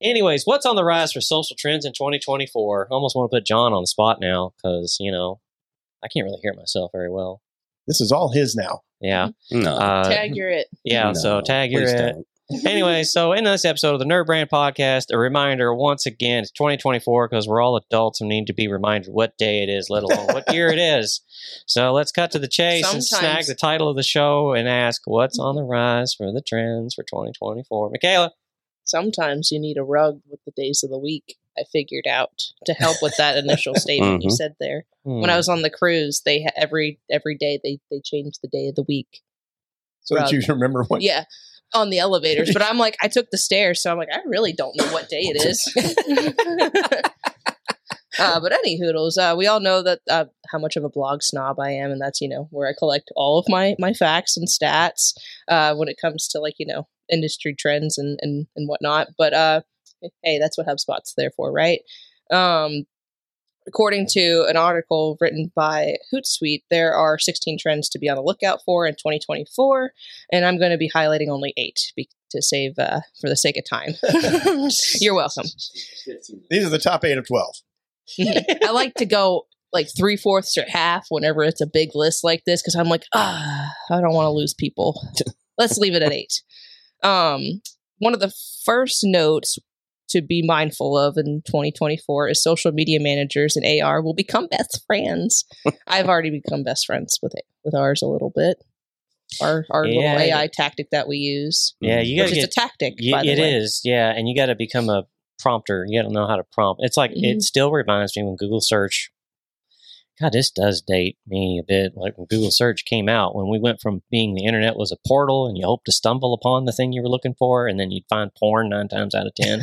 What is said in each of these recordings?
Anyways, what's on the rise for social trends in 2024? I almost want to put John on the spot now because, you know, I can't really hear myself very well. This is all his now. Yeah. No. Uh, Tag your it. yeah, so No, tag your please it. don't. anyway, so in this episode of the Nerd Brand Podcast, a reminder once again, it's 2024 because we're all adults and need to be reminded what day it is, let alone what year it is. So let's cut to the chase and snag Sometimes- Mm-hmm. the title of the show and ask what's on the rise for the trends for 2024. Michaela, Sometimes you need a rug with the days of the week. I figured out to help with that initial statement you Mhm. said there. When I Mm-hmm. was on the cruise, they ha- every every day they they changed the day of the week. So that Rug. you remember what Yeah, on the elevators. But I'm like, I took the stairs, so I'm like, I really don't know what day it is. uh, but any hoodles, uh, we all know that uh, how much of a blog snob I am, and that's you know where I collect all of my my facts and stats uh, when it comes to like you know industry trends and and and whatnot. But uh, hey, that's what HubSpot's there for, right? Um, according to an article written by Hootsuite, there are 16 trends to be on the lookout for in 2024, and I'm going to be highlighting only eight be- to save uh, for the sake of time. You're welcome. These are the top eight of 12. I like to go like three fourths or half whenever it's a big list like this because I'm like, ah, I don't want to lose people. Let's leave it at eight. Um, one of the first notes to be mindful of in 2024 is social media managers and AR will become best friends. I've already become best friends with it with ours a little bit. Our our Yeah. little AI tactic that we use, Yeah, you got which to is get. a tactic. Y- by the it way. is, yeah, and you got to become a prompter. You got to know how to prompt. It's like Mhm. it still reminds me when Google search. God, this does date me a bit. Like when Google search came out, when we went from being the internet was a portal and you hope to stumble upon the thing you were looking for, and then you'd find porn nine times out of ten.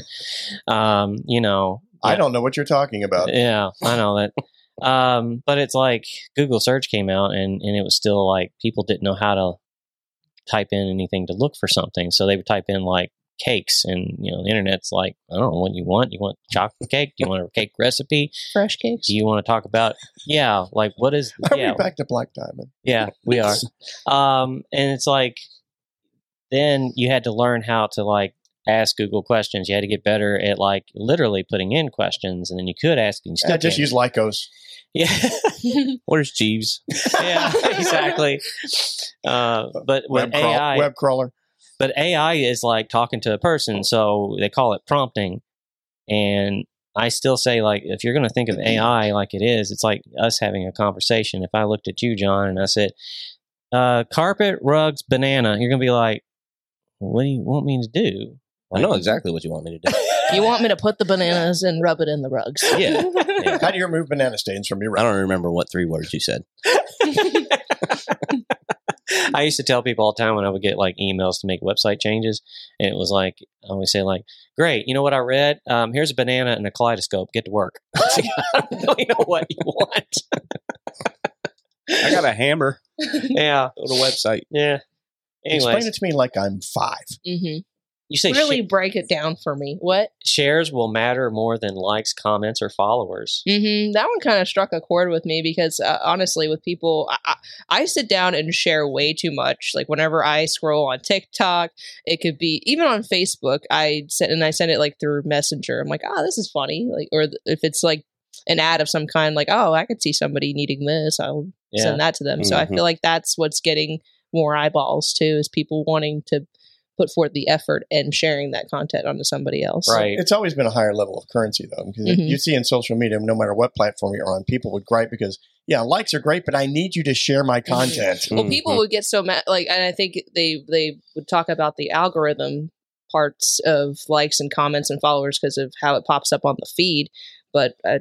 um, you know, I don't know what you're talking about. yeah, I know that. Um, but it's like Google search came out and, and it was still like people didn't know how to type in anything to look for something. So they would type in like cakes and you know, the internet's like, I don't know what you want. You want chocolate cake? Do you want a cake recipe? Fresh cakes. Do you want to talk about yeah, like what is Are yeah, we back to Black Diamond? yeah, we are. Um, and it's like then you had to learn how to like ask Google questions. You had to get better at like literally putting in questions, and then you could ask and you still I just can't. use Lycos. yeah, Where's Jeeves? yeah, exactly. Uh, but Web, with crawl- AI, web crawler. but AI is like talking to a person, so they call it prompting. And I still say like if you're going to think of AI like it is, it's like us having a conversation. If I looked at you, John, and I said, uh, "Carpet, rugs, banana," you're going to be like, "What do you want me to do?" I know exactly what you want me to do. You want me to put the bananas and rub it in the rugs? Yeah. Yeah. How do you remove banana stains from your I rug? don't remember what three words you said. I used to tell people all the time when I would get like emails to make website changes, and it was like I always say like, "Great, you know what I read? Um, here's a banana and a kaleidoscope. Get to work." It's like, I don't really know what you want. I got a hammer. Yeah, Go to website. yeah. Explain Anyways, it to me like I'm five. hmm you say really sh- break it down for me. What? shares will matter more than likes, comments, or followers. hmm That one kind of struck a chord with me because uh, honestly, with people, I, I, I sit down and share way too much. Like whenever I scroll on TikTok, it could be even on Facebook. I send and I send it like through Messenger. I'm like, ah, this is funny. Like, or th- if it's like an ad of some kind, like, oh, I could see somebody needing this. I'll Yeah. send that to them. So I Mhm. feel like that's what's getting more eyeballs too is people wanting to put forth the effort and sharing that content onto somebody else. Right. It's always been a higher level of currency, though, because Mhm. you see in social media, no matter what platform you're on, people would gripe because, yeah, likes are great, but I need you to share my Mm-hmm. content. Well, people would get so mad. Like, and I think they they would talk about the algorithm parts of likes and comments and followers because of how it pops up on the feed. But uh,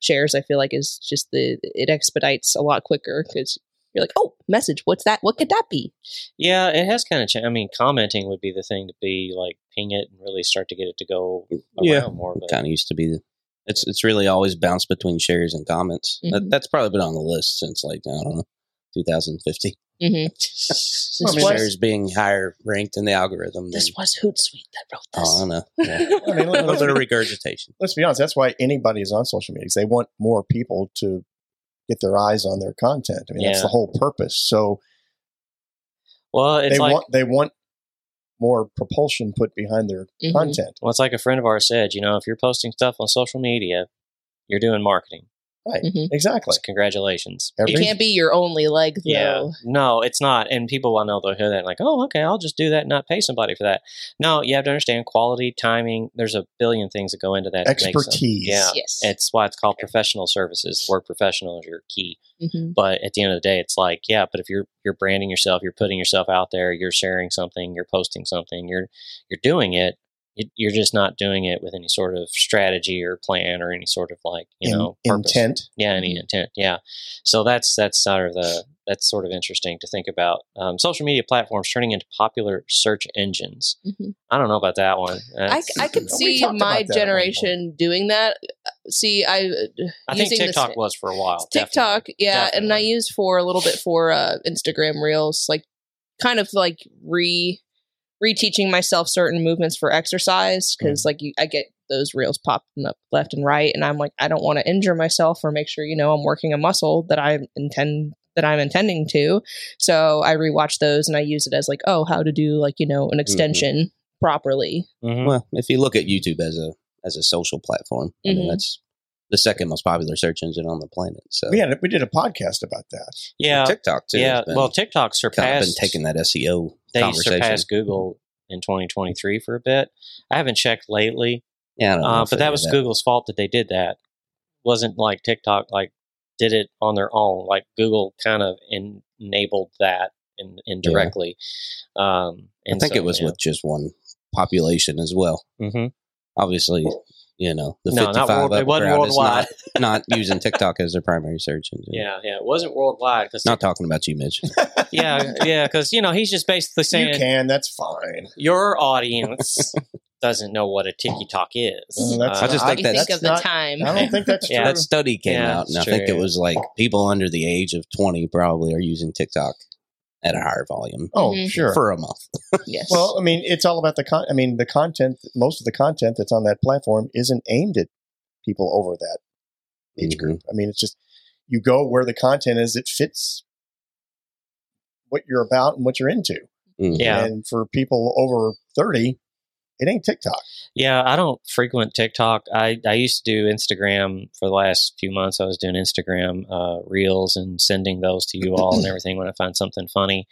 shares, I feel like, is just the it expedites a lot quicker because you're like, oh, message. What's that? What could that be? Yeah, it has kind of changed. I mean, commenting would be the thing to be like ping it and really start to get it to go around Yeah. more. But Kind of used to be the. It's it's really always bounced between shares and comments. That, Mhm. that's probably been on the list since like I don't know, 2050. Mm-hmm. hmm Since mean- shares being higher ranked in the algorithm. Than, This was Hootsuite that wrote oh, I this. don't know. Yeah. I mean, a little let's, bit of be, regurgitation. let's be honest. That's why anybody is on social media. 'cause They want more people to get their eyes on their content. I mean, that's Yeah. the whole purpose. So well, it's they like want they want more propulsion put behind their Mhm. Mm-hmm. content. Well, it's like a friend of ours said, you know, if you're posting stuff on social media, you're doing marketing. Mhm. Exactly. So congratulations. It can't be your only leg, though. Yeah. No, it's not. And people will know they'll hear that like, oh, okay, I'll just do that and not pay somebody for that. No, you have to understand quality, timing. There's a billion things that go into that. to make some- expertise. Yeah. Yes. It's why it's called professional services. Work professional is your key. Mhm. But at the end of the day, it's like, yeah, but if you're you're branding yourself, you're putting yourself out there, you're sharing something, you're posting something, you're you're doing it. you- You're just not doing it with any sort of strategy or plan or any sort of like you In- know purpose. intent. Yeah, Mm-hmm. any intent. Yeah. So that's that's sort of the that's sort of interesting to think about. Um, social media platforms turning into popular search engines. Mhm. I don't know about that one. Uh, I, That's- I could We see talked about that my at one generation doing that. Uh, See, I I think using this- TikTok was for a while. definitely. TikTok, yeah, and I Definitely. use for a little bit for uh, Instagram Reels, like kind of like re reteaching myself certain movements for exercise because Mm-hmm. like you, I get those reels popping up left and right, and I'm like, I don't want to injure myself or make sure you know I'm working a muscle that I intend that I'm intending to. So I rewatch those and I use it as like, oh, how to do like you Mm-hmm. know an extension properly. Mhm. Well, if you look at YouTube as a as a social platform, I Mhm. mean that's the second most popular search engine on the planet. So We had a, we did a podcast about that. Yeah. TikTok too. yeah. has been Well, TikTok kind of been surpassed. taking that SEO they conversation. surpassed Google in 2023 for a bit. I haven't checked lately, yeah, I Oh, don't know uh, if but they that did was Google's fault that they did that. Wasn't like TikTok like did it on their own. Like Google kind of en- enabled that in, indirectly. Um, I think it was with mm-hmm. just one population as well. hmm Obviously, you know the No, not fifty-five world- up it wasn't crowd is worldwide. not, not using TikTok as their primary search engine. Yeah, yeah, it wasn't worldwide because Not talking about you, Mitch. yeah, yeah, because you know he's just basically you saying can. That's fine. your audience doesn't know what a TikTok is. Uh, that's I just not- think you that- think that's of the not- time. I don't think that's true. Yeah. That study came Yeah, out, and I that's think true. it was like people under the age of twenty probably are using TikTok at a higher volume oh, Mhm. sure. for a month. yes. well, I mean, it's all about the con. I mean, the content. Most of the content that's on that platform isn't aimed at people over that age Mhm. group. I mean, it's just you go where the content is. It fits what you're about and what you're into. Mhm. Yeah. And for people over thirty, it ain't TikTok. Yeah, I don't frequent TikTok. I, I used to do Instagram for the last few months. I was doing Instagram uh, reels and sending those to you all and everything when I find something funny.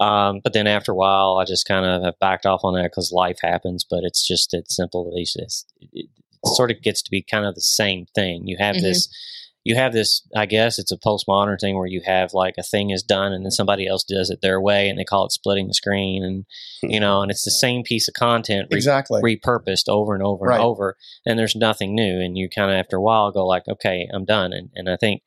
Um, but then after a while, I just kind of have backed off on that because life happens. But it's just it's simple. It's, it's, it sort of gets to be kind of the same thing. You have Mhm. this. You have this, I guess it's a postmodern thing where you have like a thing is done and then somebody else does it their way and they call it splitting the screen and, you know, and it's the same piece of content re- Exactly. repurposed over and over Right. and over and there's nothing new and you kind of after a while go like okay i'm done and, and i think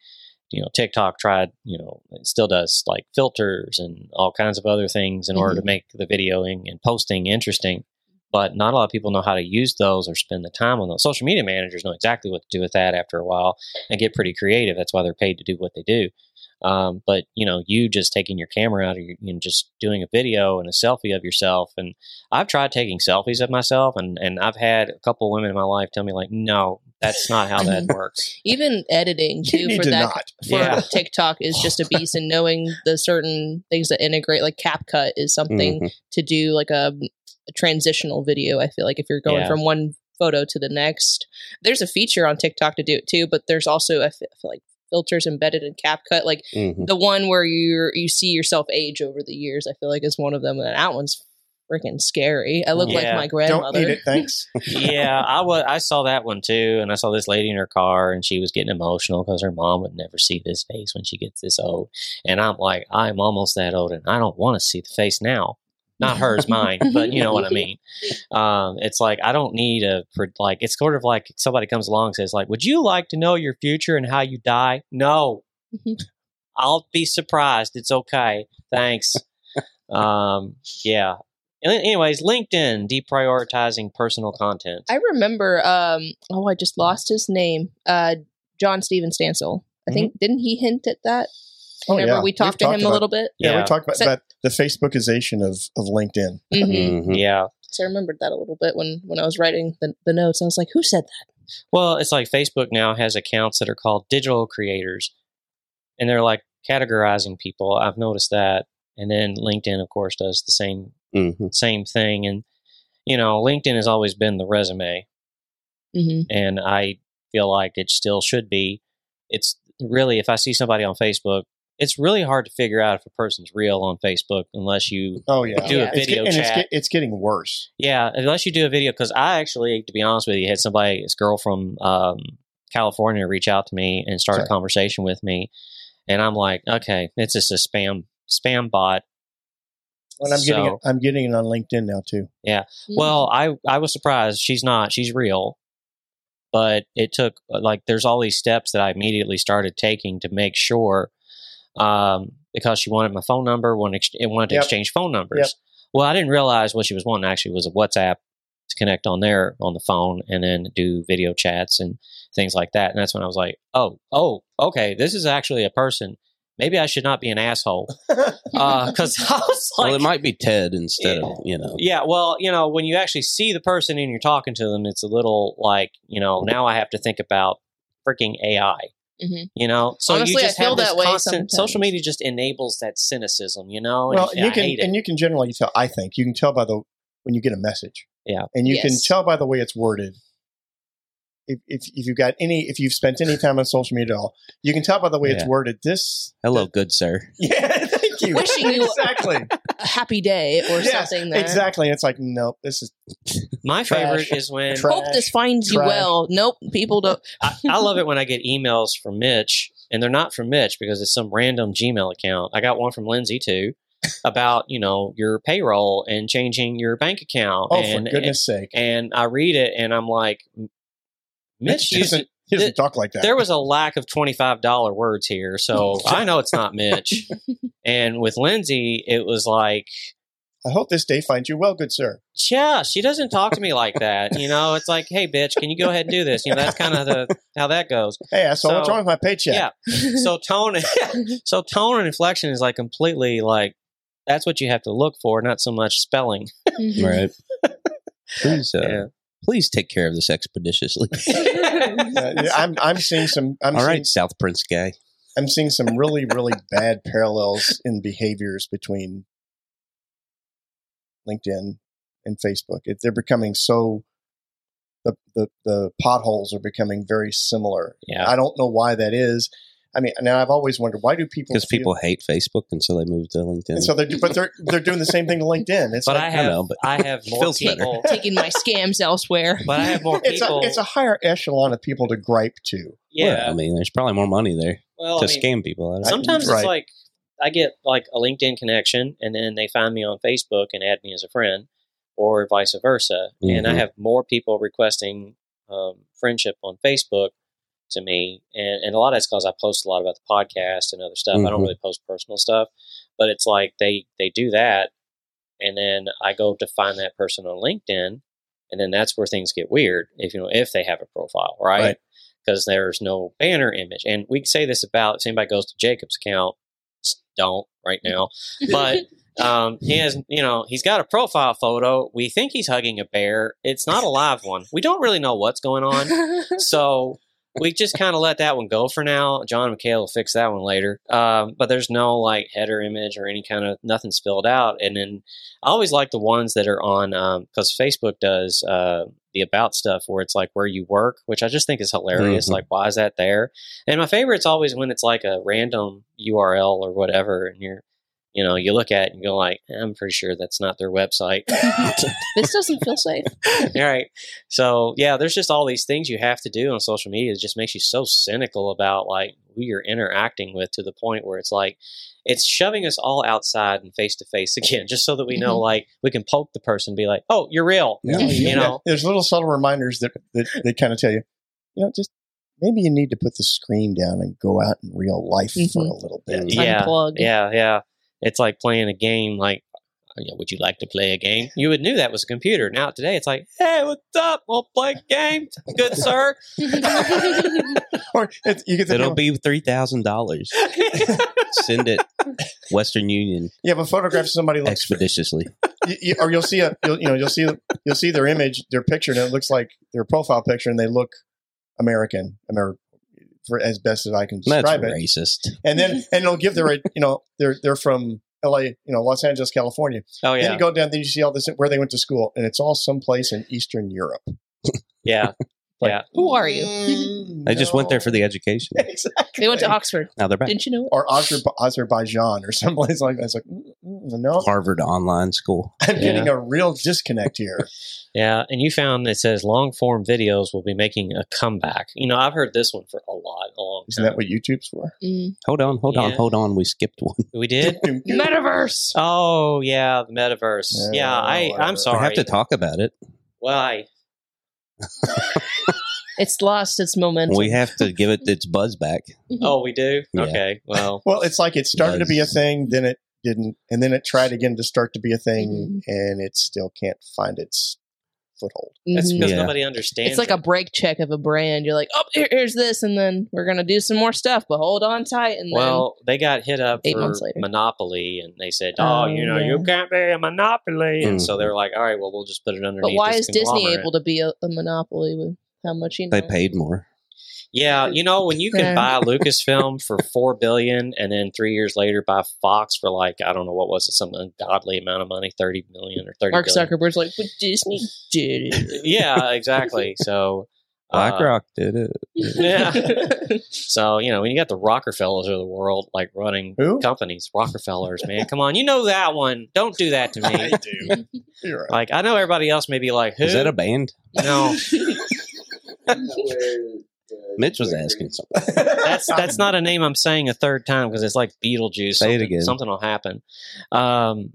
you know tiktok tried you know it still does like filters and all kinds of other things in Mm-hmm. order to make the videoing and posting interesting but not a lot of people know how to use those or spend the time on those social media managers know exactly what to do with that after a while and get pretty creative that's why they're paid to do what they do um, but you know you just taking your camera out or you and just doing a video and a selfie of yourself and I've tried taking selfies of myself, and, and I've had a couple women in my life tell me like, no, that's not how that works. even editing too you need for to that not. for Yeah. TikTok is just a beast, and knowing the certain things that integrate, like CapCut, is something Mhm. to do like a, a transitional video. I feel like if you're going Yeah. from one photo to the next, there's a feature on TikTok to do it too, but there's also I feel, I feel like filters embedded in CapCut, like Mhm. the one where you you see yourself age over the years. I feel like is one of them, and that one's freaking scary. I look like Yeah. my Don't grandmother. need it. Thanks. yeah, I was. I saw that one too, and I saw this lady in her car, and she was getting emotional because her mom would never see this face when she gets this old. And I'm like, I'm almost that old, and I don't want to see the face now. Not hers, mine, but you know what I mean. Um, it's like I don't need a pr- like. It's sort of like somebody comes along and says like, "Would you like to know your future and how you die?" No, I'll be surprised. It's okay. Thanks. um, yeah. And then- Anyways, LinkedIn deprioritizing personal content. I remember. Um, oh, I just lost his name. Uh, John Steven Stansel. I think didn't he hint at that? Oh, Remember yeah. we We've talked to talked him a about- little bit. Yeah, yeah. we talked about, So- about the Facebookization of, of LinkedIn. hmm Mhm. yeah. So I remembered that a little bit when when I was writing the, the notes. I was like, who said that? Well, it's like Facebook now has accounts that are called digital creators, and they're like categorizing people. I've noticed that. And then LinkedIn, of course, does the same Mhm. same thing. And, you know, LinkedIn has always been the resume. hmm And I feel like it still should be. It's really, if I see somebody on Facebook, it's really hard to figure out if a person's real on Facebook unless you Oh yeah, Do a It's video get- and chat. It's, get- it's getting worse. Yeah, unless you do a video, because I actually, to be honest with you, had somebody, this girl from um, California, reach out to me and start a Sure. conversation with me, and I'm like, okay, it's just a spam spam bot. And I'm getting it, So- I'm getting it on LinkedIn now too. Mm-hmm. Mm-hmm. Well, I I was surprised. She's not. She's real, but it took uh, like there's all these steps that I immediately started taking to make sure, um, because she wanted my phone number, wanted ex- and wanted to Yep. exchange phone numbers. Yep. Well, I didn't realize what she was wanting actually was a WhatsApp to connect on there on the phone and then do video chats and things like that. And that's when I was like, oh, oh, okay, this is actually a person. Maybe I should not be an asshole because I was like, well, it might be Ted instead of you know. yeah, well, you know, when you actually see the person and you're talking to them, it's a little like, you know, now I have to think about freaking AI. Mhm. You know, so Honestly, I you just feel have this that way constant. Social sometimes. media just enables that cynicism, you know. And well, I you can hate it. and you can generally tell. I think you can tell by the when you get a message. Yeah. and you can Yes. tell by the way it's worded. If, if if you've got any if you've spent any time on social media at all, you can tell by the way it's Yeah. worded. This Hello, good sir. Yeah, thank you. Wishing you- exactly, a happy day or Yes, something. That exactly. It's like nope. This is My Trash. favorite is when Trash. Hope this finds you Trash. well. Nope, people don't. I, I love it when I get emails from Mitch, and they're not from Mitch because it's some random Gmail account. I got one from Lindsay too about you know your payroll and changing your bank account. oh and, for goodness sake. And, I read it and I'm like, Mitch He used doesn't, he doesn't talk like that. there was a lack of $25 words here so i know it's not mitch and with lindsay it was like I hope this day finds you well, good sir. yeah she doesn't talk to me like that you know it's like hey bitch can you go ahead and do this you know that's kind of the how that goes Hey, asshole, So- what's wrong with my paycheck? yeah so tone so tone and inflection is like completely like that's what you have to look for not so much spelling Mhm. Right. please, uh, Yeah. please take care of this expeditiously. Uh, yeah, I'm I'm seeing some I'm All seeing, right, South Prince guy. I'm seeing some really really bad parallels in behaviors between LinkedIn and Facebook. It, they're becoming so the, the the potholes are becoming very similar. yeah I don't know why that is. I mean, now I've always wondered why do people Because feel- people hate Facebook, and so they moved to LinkedIn. and so they're but they're they're doing the same thing to LinkedIn. It's but like, i I have know, but i have more feels better. people Taking my scams elsewhere. but i have more it's a people it's a higher echelon of people to gripe to. yeah Well, I mean, there's probably more money there well to I mean, scam people. I don't- Sometimes Right. it's like I get like a LinkedIn connection, and then they find me on Facebook and add me as a friend, or vice versa. And I Mhm. have more people requesting um, friendship on Facebook to me, and, and a lot of that's because I post a lot about the podcast and other stuff. I don't Mhm. really post personal stuff, but it's like they they do that, and then I go to find that person on LinkedIn, and then that's where things get weird. If you know if they have a profile, right? Right. because there's no banner image. And we can say this about if anybody goes to Jacob's account, just don't right now. But um, he has, you know, he's got a profile photo. We think he's hugging a bear. It's not a live one. We don't really know what's going on. So we just kind of let that one go for now. John McHale will fix that one later. Um, but there's no like header image or any kind of nothing's filled out. And then I always like the ones that are on because Facebook does uh, the about stuff where it's like where you work, which I just think is hilarious. Mhm. Like, why is that there? And my favorite's always when it's like a random URL or whatever, and you're you know you look at it and you go like, I'm pretty sure that's not their website. this doesn't feel safe. All right. So yeah, there's just all these things you have to do on social media that just makes you so cynical about like who you're interacting with to the point where it's like it's shoving us all outside and face to face again, just so that we know like we can poke the person and be like, Oh, you're real. Mm-hmm. Yeah. You know? there's little subtle reminders that that they kind of tell you, you know, just maybe you need to put the screen down and go out in real life for a little bit. Yeah. Unplug. Yeah, yeah. It's like playing a game like you know, would you like to play a game? You would knew that was a computer. Now today it's like, hey, what's up? We'll play a game. Good sir. Or it's, you get the It'll be three thousand dollars. Oh, Send it Western Union you have a photograph of somebody like, expeditiously. you, you- or you'll see a you'll, you know you'll see you'll see their image, their picture, and it looks like their profile picture, and they look American, Amer- for as best as I can That's describe it. racist. And then and it'll give their you know they're they're from LA, you know, Los Angeles, California. Oh Then yeah, you go down, then you see all this where they went to school, and it's all someplace in Eastern Europe. yeah, Who are you? Mm, They just went there for the education. no. exactly. They went to Oxford. Now they're back. Didn't you know? or Azer- Azerbaijan or someplace like that. It's like, mm, mm, no, Harvard online school. I'm Yeah. getting a real disconnect here. yeah. And you found it says long form videos will be making a comeback. You know, I've heard this one for a lot, a long Isn't time. that what YouTube's for? Mm. Hold on, hold on, Yeah. hold on. We skipped one. we did? Metaverse. Oh yeah, the metaverse. Yeah, Yeah, I I'm whatever. sorry. We have to talk about it. Why? It's lost its momentum. We have to give it its buzz back. Oh, we do. Yeah. Okay. Well, Well, it's like it started to be a Nice. thing, then it didn't, and then it tried again to start to be a thing, Mhm. and it still can't find its foothold. that's Mhm. because Yeah. nobody understands. It's like a break check of a brand. You're like, oh, here- here's this, and then we're gonna do some more stuff, but hold on tight. And Well, they got hit up Eight for months later. Monopoly, and they said, "Oh, Oh, you know, yeah. you can't be a Monopoly." And so Mhm. they're like, "All right, well, we'll just put it then, but underneath." why is this Disney conglomerate." able to be a, a monopoly with how much you know? They paid more. Yeah, you know, when you can Yeah. buy Lucasfilm for four billion, and then three years later buy Fox for like I don't know what was it, some ungodly amount of money, thirty million or thirty. Mark billion. Zuckerberg's like, but Disney did it. yeah, exactly. So. uh, BlackRock did it. Yeah. So you know, when you got the Rockefellers of the world like running Who? companies, Rockefellers, man, come on, you know that one. Don't do that to me. do. You're right. Like I know everybody else may be like, who? Is that a band? no, Mitch was asking something. that's that's not a name I'm saying a third time because it's like Beetlejuice. Say it something, again. Something will happen. Um,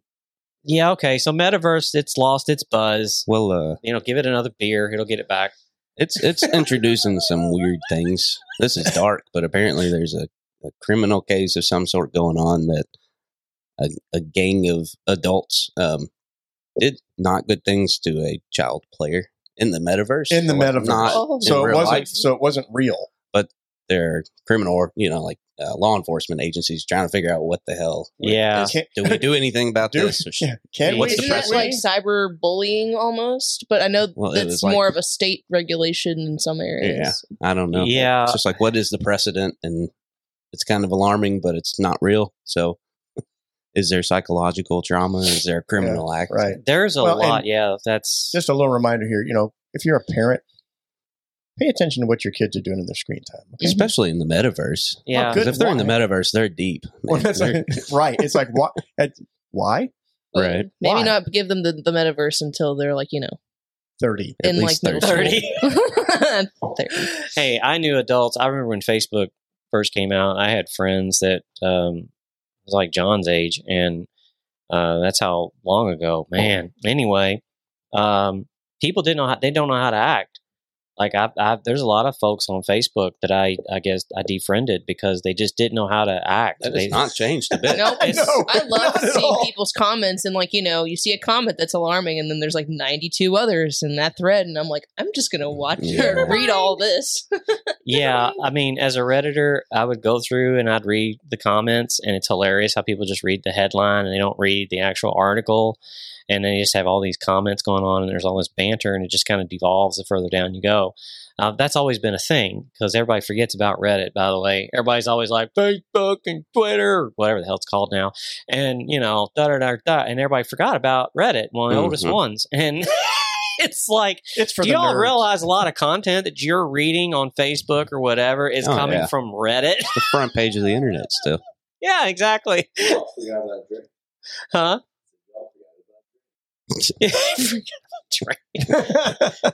yeah, okay. So metaverse, it's lost its buzz. Well, uh, You know, give it another beer, it'll get it back. it's it's introducing some weird things. This is dark, but apparently there's a, a criminal case of some sort going on that a, a gang of adults um, did not good things to a child player in the metaverse. In the Like, metaverse. not Oh. in so it real wasn't. life. So it wasn't real. They're criminal, or you know, like uh, law enforcement agencies trying to figure out what the hell. Yeah. is- Can, do we do anything about do, this? Or sh- yeah. can What's we the do Isn't that? that precedent? like cyber bullying almost? But I know Well, it that's was like- more of a state regulation in some areas. I don't know. Uh, Yeah. It's just like what is the precedent, and it's kind of alarming, but it's not real. So, is there psychological trauma? Is there a criminal act? Right. There's a Well, lot. and Yeah, that's Just a little reminder here. You know, if you're a parent, pay attention to what your kids are doing in their screen time. okay? Especially in the metaverse. yeah. Oh, 'Cause good if they're in the why? metaverse, they're deep. man. Well, that's They're- like- right. It's like why? At, why Right. Maybe Why? not give them the, the metaverse until they're like, you know, thirty? at in like least middle they're school. Thirty. Thirty. hey, I knew adults. I remember when Facebook first came out, I had friends that um, was like John's age, and uh, that's how long ago, man. Anyway, um, people didn't know how, they don't know how to act. Like I, I, there's a lot of folks on Facebook that I, I guess I defriended because they just didn't know how to act. That They- has not changed a bit. Nope. I know, I love not at seeing all. people's comments and like, you know, you see a comment that's alarming and then there's like 92 others in that thread and I'm like, I'm just going to watch Yeah. or read all this. yeah, I mean, as a redditor, I would go through and I'd read the comments, and it's hilarious how people just read the headline and they don't read the actual article, and they just have all these comments going on, and there's all this banter, and it just kind of devolves the further down you go. Uh, that's always been a thing because everybody forgets about Reddit. By the way, everybody's always like Facebook and Twitter, whatever the hell it's called now, and you know, da da da da, and everybody forgot about Reddit, one of the oldest Mhm. ones, and it's like It's for do the y'all nerds. realize a lot of content that you're reading on Facebook or whatever is Oh, coming yeah. from Reddit? It's the front page of the internet still. yeah, exactly. Huh? you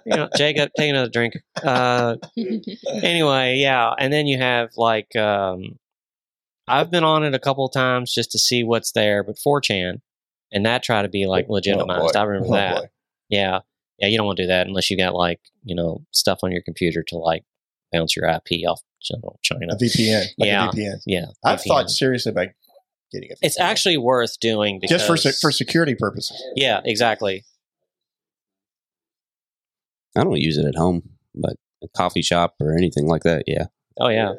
know, Jacob, take another drink. Uh, anyway, yeah, and then you have like um, I've been on it a couple times just to see what's there, but 4chan and that try to be Oh, like legitimized. I remember Oh, that. boy. Yeah. Yeah, you don't want to do that unless you got like, you know, stuff on your computer to like bounce your IP off general China. A VPN. Like Yeah. A VPN. Yeah. I've VPN. thought seriously about getting it. it's actually worth doing because just for se- for security purposes. Yeah, exactly. I don't use it at home, but a coffee shop or anything like that. Yeah. Oh yeah.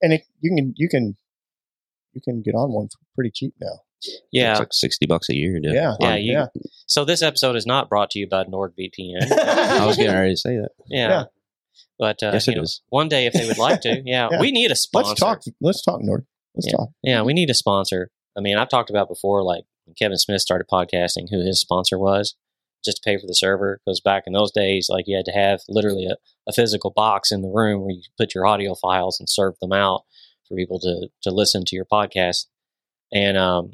And it, you can you can you can get on one for pretty cheap now. Yeah. It's like 60 bucks a year. dude. Yeah. Yeah, you- So this episode is not brought to you by NordVPN. I was getting ready to say that. Yeah. Yeah. But uh, yes, you it know, is. one day if they would like to, yeah, Yeah. we need a Let's sponsor. talk. Let's talk, Nord. Let's talk. Yeah, we need a sponsor. I mean, I've talked about before, like when Kevin Smith started podcasting, who his sponsor was, just to pay for the server. Because back in those days, like you had to have literally a, a physical box in the room where you put your audio files and serve them out for people to to listen to your podcast. And um,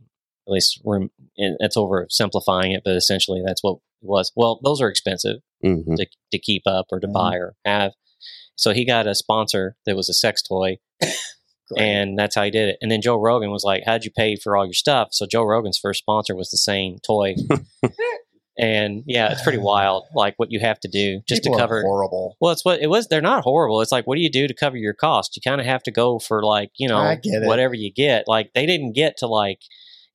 at least we're, and that's over simplifying it, but essentially that's what it was. Well, those are expensive hmm to, to keep up or to Mhm. buy or have. So he got a sponsor that was a sex toy and that's how he did it. And then Joe Rogan was like, "How'd you pay for all your stuff?" So Joe Rogan's first sponsor was the same toy, and yeah, it's pretty wild. Like what you have to do just People to are cover. horrible. Well, it's what it was. They're not horrible. It's like, what do you do to cover your cost? You kind of have to go for like you know I get it. whatever you get. Like they didn't get to like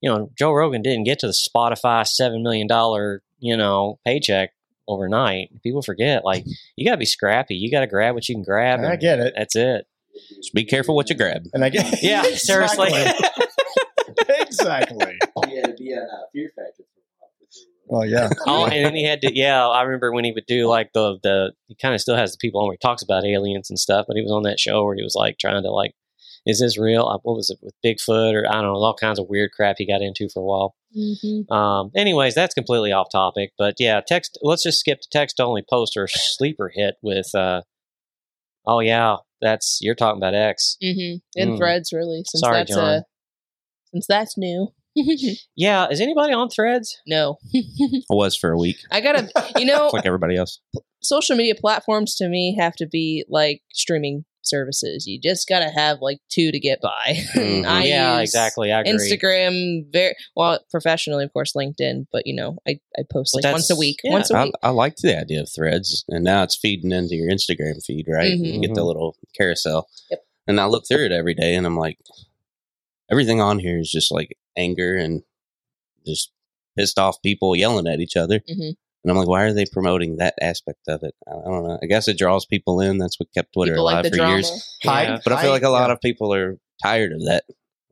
you know Joe Rogan didn't get to the Spotify seven million dollar you know paycheck overnight. People forget like you got to be scrappy. You got to grab what you can grab. I and get it. That's it. Just be careful what you grab. And I get Yeah, seriously. Exactly. exactly. He had to be on uh, Fear Factor. Well, yeah. Oh, and then he had to. Yeah, I remember when he would do like the the. He kind of still has the people on where he talks about aliens and stuff, but he was on that show where he was like trying to like, is this real? Uh, What was it with Bigfoot or I don't know, all kinds of weird crap he got into for a while. Um, anyways, that's completely off topic, but yeah, text. Let's just skip to text only post or sleeper hit with. uh Oh yeah, that's you're talking about X. Mm-hmm. In Mm. threads, really. Since Sorry, that's John. uh since that's new. Yeah, is anybody on Threads? no, I was for a week, I gotta. You know, like everybody else. social media platforms to me have to be like streaming services. You just gotta have like two to get by. Mhm. I Mm-hmm. yeah, use exactly. I agree. Instagram, very well professionally, of course, LinkedIn, but you know, I, I post Well, like once a that's- week. yeah. Once a I, week. I liked the idea of threads, and now it's feeding into your Instagram feed, right? Mhm. You get the little carousel. Yep. And I look through it every day, and I'm like, everything on here is just like anger and just pissed off people yelling at each other. Mhm. And I'm like, why are they promoting that aspect of it? I I don't know. I guess it draws people in. That's what kept Twitter People like alive the for drama. years. Hide- But I feel like a lot yeah. of people are tired of that.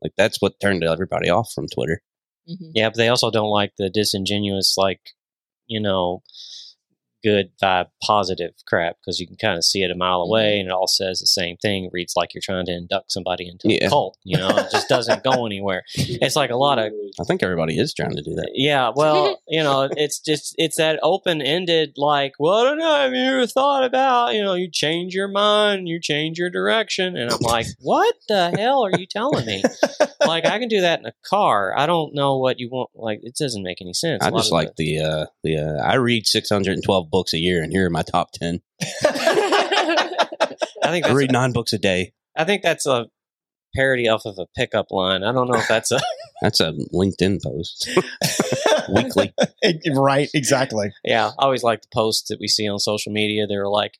Like that's what turned everybody off from Twitter. Mhm. Yeah, but they also don't like the disingenuous, like, you know, good vibe, positive crap because you can kind of see it a mile Mm-hmm. away and it all says the same thing. It reads like you're trying to induct somebody into Yeah. a cult, you know, it just doesn't go anywhere. It's like a lot of- I think everybody is trying to do that. Yeah, well, you know, it's just it's that open ended like, well, I don't know, have you ever thought about, you know, you change your mind, you change your direction, and I'm like, what the hell are you telling me? like, I can do that in a car. I don't know what you want. Like, it doesn't make any sense. I A lot just of the- like the uh, the uh, I read 612 books a year, and here are my top ten. I think I that's, read nine books a day. I think that's a parody off of a pickup line. I don't know if that's a That's a LinkedIn post weekly. right. Exactly. yeah. I always like the posts that we see on social media. They're like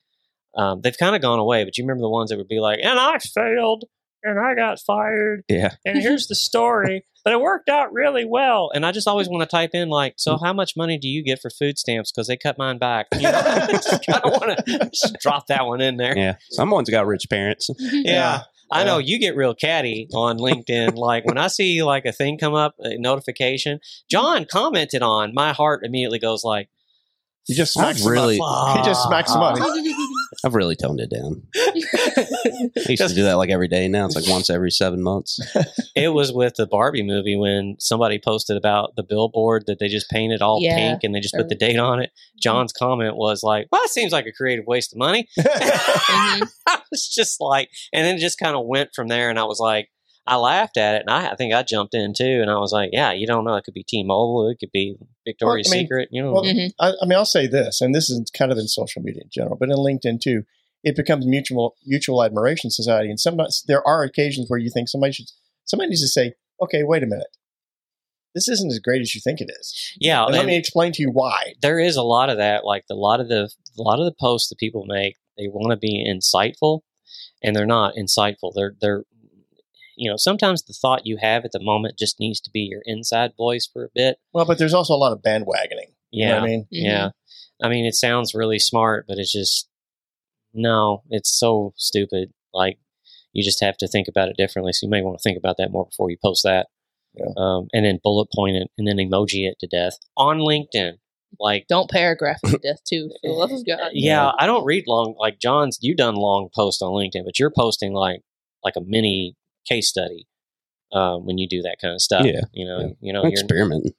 um, they've kind of gone away, but you remember the ones that would be like, "And I failed, and I got fired, Yeah, and here's the story." But it worked out really well, and I just always want to type in like, "So how much money do you get for food stamps?" Because they cut mine back. You know, I just kind of want to drop that one in there. yeah. Someone's got rich parents. yeah. I Yeah. know you get real catty on LinkedIn. like when I see like a thing come up, a notification, John commented on, my heart immediately goes like, You just smacked I've really, He just smacks "Fuck." somebody. I've really toned it down. Mm-hmm. I used to do that like every day. Now it's like once every seven months. It was with the Barbie movie when somebody posted about the billboard that they just painted all Yeah. pink and they just put the date on it. John's comment was like, well, it seems like a creative waste of money. Mhm. I was just like, and then it just kind of went from there. And I was like, I laughed at it, and I, I think I jumped in too. And I was like, yeah, you don't know, it could be T-Mobile, it could be Victoria's Well, I mean, Secret, you know. well, Mhm. I, I mean, I'll say this, and this is kind of in social media in general, but in LinkedIn too, it becomes mutual mutual admiration society. And sometimes there are occasions where you think somebody should somebody needs to say, "Okay, wait a minute, this isn't as great as you think it is." yeah, and let and me explain to you why. there is a lot of that. Like the lot of the a lot of the posts that people make, they want to be insightful, and they're not insightful. They're they're you know sometimes the thought you have at the moment just needs to be your inside voice for a bit. Well, but there's also a lot of bandwagoning. You Yeah, know what I mean, Mm-hmm. yeah. I mean, it sounds really smart, but it's just no, it's so stupid. Like you just have to think about it differently. So you may want to think about that more before you post that, Yeah. um, and then bullet point it and then emoji it to death on LinkedIn. Like, Don't paragraph it to death too. For the love of God. yeah, I don't read long. Like John's, you done long posts on LinkedIn, but you're posting like like a mini case study uh, when you do that kind of stuff. Yeah. You know, Yeah. you know, you're, Experimenting.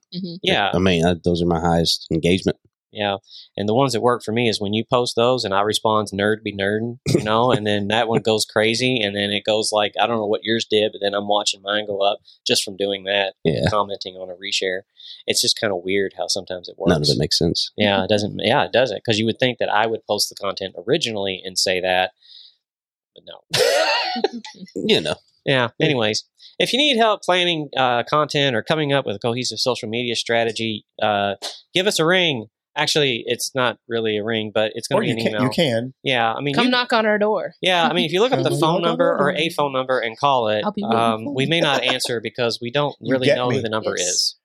yeah, I mean, I, those are my highest engagement. yeah. And the ones that work for me is when you post those and I respond nerd be nerding, you know, and then that one goes crazy and then it goes like I don't know what yours did, but then I'm watching mine go up just from doing that, Yeah. commenting on a reshare. It's just kind of weird how sometimes it works. None of it makes sense. Yeah, it doesn't. Yeah, it doesn't. Because you would think that I would post the content originally and say that, but no. You know, yeah. Anyways, if you need help planning uh, content or coming up with a cohesive social media strategy, uh, give us a ring. Actually, it's not really a ring, but it's going Or to be you an can, email. you can. Yeah, I mean, Come you- knock on our door. yeah, I mean, if you look up Come the knock phone on number our or door. a phone number and call it, I'll be waiting for um, we you. may not answer because we don't You really get know me. who the number Yes. is.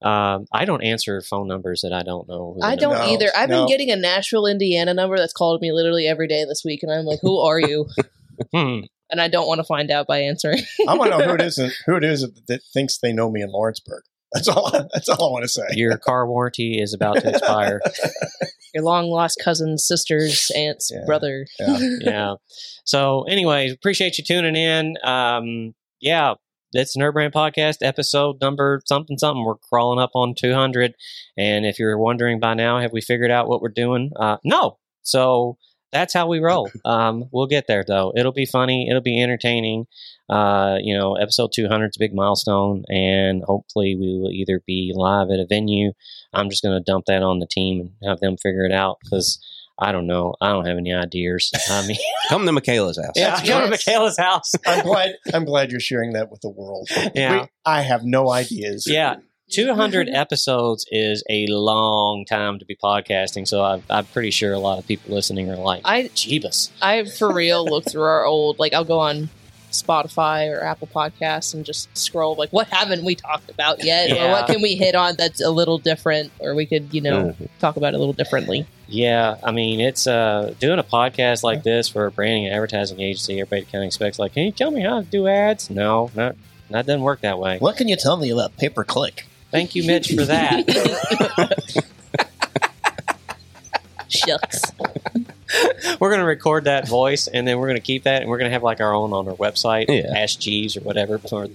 Um, I don't answer phone numbers that I don't know. Who the I don't number is. No, either. I've no. been getting a Nashville, Indiana number that's called me literally every day this week, and I'm like, "Who are you?" Hmm. and I don't want to find out by answering. I want to know who it is who it is that thinks they know me in Lawrenceburg. That's all. That's all I want to say. Your car warranty is about to expire. Your long lost cousins, sisters, aunts, Yeah. brother. Yeah. yeah. So, anyways, appreciate you tuning in. Um, yeah, that's Nerd Brand Podcast episode number something something. We're crawling up on 200. And if you're wondering by now, have we figured out what we're doing? Uh, no. So that's how we roll. Um, we'll get there though. It'll be funny. It'll be entertaining. Uh, you know, episode 200 is a big milestone, and hopefully we will either be live at a venue. I'm just going to dump that on the team and have them figure it out because I don't know. I don't have any ideas. I mean, come to Michaela's house. yeah, go to Yes. Michaela's house. I'm glad. I'm glad you're sharing that with the world. Yeah. We- I have no ideas. Yeah. 200 episodes is a long time to be podcasting, so I'm, I'm pretty sure a lot of people listening are like, I Jeebus. I for real look through our old like I'll go on Spotify or Apple Podcasts and just scroll like what haven't we talked about yet Yeah. or what can we hit on that's a little different or we could you know Mm-hmm. Mhm. talk about it a little differently. Yeah, I mean, it's uh, doing a podcast like this for a branding and advertising agency, everybody kind of expects, like, can you tell me how to do ads? No, not, that doesn't work that way. What can you tell me about pay per click? Thank you, Mitch, for that. Shucks. we're going to record that voice, and then we're going to keep that, and we're going to have like our own on our website, Yeah. Ask Jeeves or whatever. or-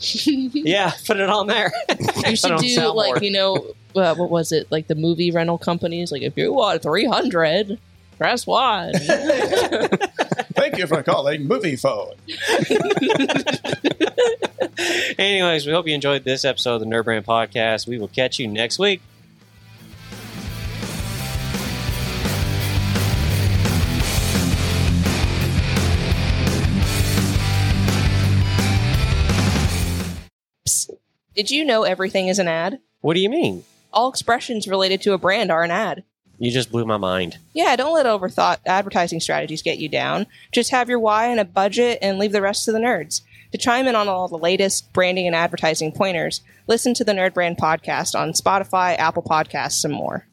you yeah, put it on there. you should do like you know uh, what was it like the movie rental companies like if you want three hundred press one. Thank you for calling Movie Phone. Anyways, we hope you enjoyed this episode of the Nerd Brand Podcast. We will catch you next week. Did you know everything is an ad? What do you mean? All expressions related to a brand are an ad. You just blew my mind. Yeah, don't let overthought advertising strategies get you down. Just have your why and a budget and leave the rest to the nerds. To chime in on all the latest branding and advertising pointers, listen to the Nerd Brand podcast on Spotify, Apple Podcasts, and more.